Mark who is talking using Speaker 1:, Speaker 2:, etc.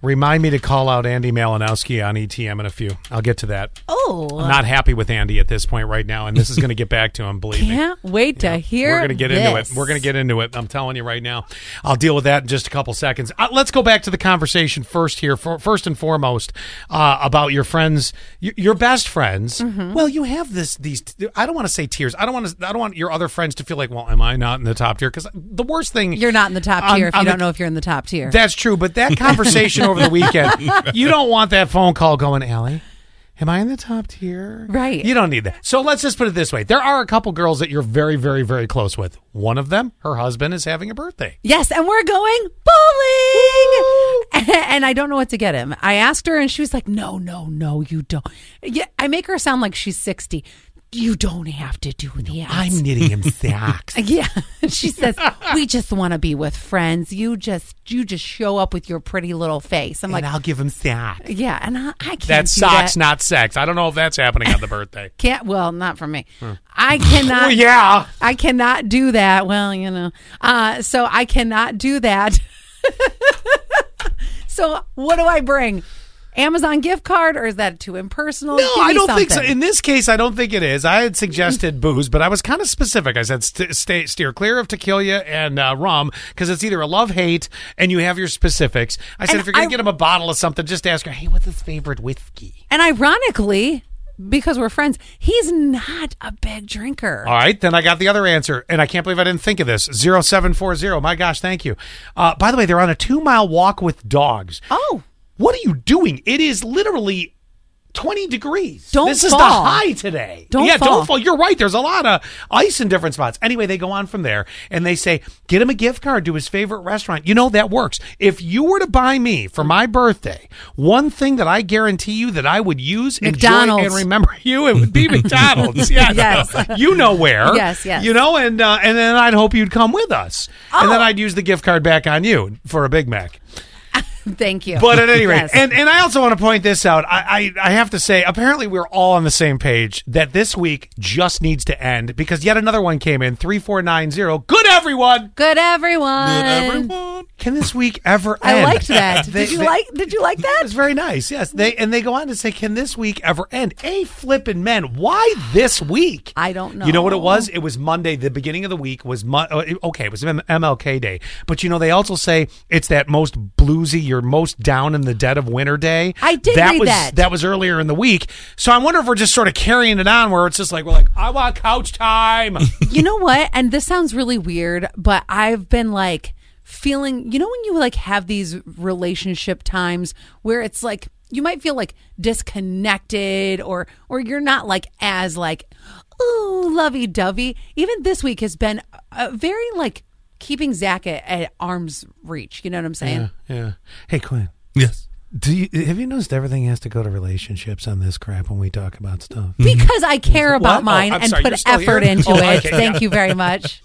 Speaker 1: Remind me to call out Andy Malinowski on ETM in a few. I'll get to that.
Speaker 2: Oh,
Speaker 1: I'm not happy with Andy at this point right now, and this is going to get back to him. Believe me.
Speaker 2: can't wait to
Speaker 1: Yeah.
Speaker 2: hear.
Speaker 1: We're going to get into it.
Speaker 2: this.
Speaker 1: We're going to get into it. I'm telling you right now. I'll deal with that in just a couple seconds. Uh, let's go back to the conversation first here. For, first and foremost, uh, about your friends, y- your best friends.
Speaker 2: Mm-hmm.
Speaker 1: Well, you have this. These. I don't want to say tears. I don't want to. I don't want your other friends to feel like, well, am I not in the top tier? Because the worst thing
Speaker 2: You're not in the top
Speaker 1: on-
Speaker 2: tier if
Speaker 1: on
Speaker 2: you
Speaker 1: the-
Speaker 2: don't know if you're in the top tier.
Speaker 1: That's true, but that conversation over the weekend, you don't want that phone call going, Allie. Am I in the top tier?
Speaker 2: Right.
Speaker 1: You don't need that. So let's just put it this way. There are a couple girls that you're very, very, very close with. One of them, her husband is having a birthday.
Speaker 2: Yes, and we're going bowling. And I don't know what to get him. I asked her, and she was like, "No, no, no, you don't." Yeah, I make her sound like she's sixty. You don't have to do the ass.
Speaker 1: I'm knitting him socks.
Speaker 2: yeah, she says we just want to be with friends. You just you just show up with your pretty little face. I'm
Speaker 1: and
Speaker 2: like,
Speaker 1: I'll give him socks.
Speaker 2: yeah, and I, I can't.
Speaker 1: That's
Speaker 2: do
Speaker 1: socks,
Speaker 2: that.
Speaker 1: not sex. I don't know if that's happening on the birthday.
Speaker 2: Can't. Well, not for me. I cannot.
Speaker 1: well, yeah.
Speaker 2: I cannot do that. Well, you know, uh, so I cannot do that. so what do I bring? Amazon gift card, or is that too impersonal?
Speaker 1: No, I don't think so. In this case, I don't think it is. I had suggested booze, but I was kind of specific. I said st- stay, steer clear of tequila and uh, rum because it's either a love hate and you have your specifics. I said
Speaker 2: And
Speaker 1: if you're going
Speaker 2: I-
Speaker 1: to get him a bottle of something, just ask her, hey, what's his favorite whiskey?
Speaker 2: and ironically, because we're friends, he's not a big drinker.
Speaker 1: All right, then I got the other answer, and I can't believe I didn't think of this. 0740. My gosh, thank you. Uh, by the way, they're on a two mile walk with dogs.
Speaker 2: oh,
Speaker 1: What are you doing? It is literally 20 degrees.
Speaker 2: Don't
Speaker 1: This is the
Speaker 2: fall.
Speaker 1: high today.
Speaker 2: Don't
Speaker 1: yeah,
Speaker 2: fall.
Speaker 1: don't fall. You're right. There's a lot of ice in different spots. Anyway, they go on from there and they say, get him a gift card to his favorite restaurant. You know, that works. If you were to buy me for my birthday, one thing that I guarantee you that I would use,
Speaker 2: McDonald's.
Speaker 1: enjoy, and remember you, it would be McDonald's. Yeah.
Speaker 2: Yes.
Speaker 1: You know where.
Speaker 2: Yes, yes.
Speaker 1: You know, and, uh, and then I'd hope you'd come with us. And then
Speaker 2: Oh.
Speaker 1: I'd use the gift card back on you for a Big Mac.
Speaker 2: thank you.
Speaker 1: But at any rate,
Speaker 2: Yes.
Speaker 1: and, and I also want to point this out. I, I, I have to say, apparently we're all on the same page that this week just needs to end because yet another one came in, 3490. Good, everyone.
Speaker 2: good everyone.
Speaker 1: Can this week ever
Speaker 2: I
Speaker 1: end?
Speaker 2: liked that.
Speaker 1: They-
Speaker 2: did you
Speaker 1: they-
Speaker 2: like? Did you like that?
Speaker 1: It's very nice. Yes. They And they go on to say, can this week ever end? A flippin' men. Why this week?
Speaker 2: I don't
Speaker 1: You know what it
Speaker 2: know.
Speaker 1: was? It was Monday. The beginning of the week was Mon- oh, it- okay. It was M- MLK Day, but you know they also say it's that most bluesy, your most down in the dead of winter day.
Speaker 2: I did
Speaker 1: that
Speaker 2: read
Speaker 1: was,
Speaker 2: that.
Speaker 1: was earlier in the week. So I wonder if we're just sort of carrying it on, where it's just like we're like, I want couch time.
Speaker 2: you know what? And this sounds really weird, but I've been like feeling, you know, when you like have these relationship times where it's like you might feel like disconnected or or you're not like as like ooh lovey dovey. Even this week has been a very like keeping Zach at, at arm's reach. You know what I'm saying?
Speaker 1: yeah. Hey Quinn,
Speaker 3: Yes.
Speaker 1: do you have you noticed everything has to go to relationships on this crap when we talk about stuff?
Speaker 2: Because I care about
Speaker 1: What? Oh,
Speaker 2: mine
Speaker 1: I'm
Speaker 2: and
Speaker 1: sorry,
Speaker 2: put
Speaker 1: you're still
Speaker 2: effort
Speaker 1: here?
Speaker 2: into
Speaker 1: Oh,
Speaker 2: it.
Speaker 1: okay,
Speaker 2: Thank you very much.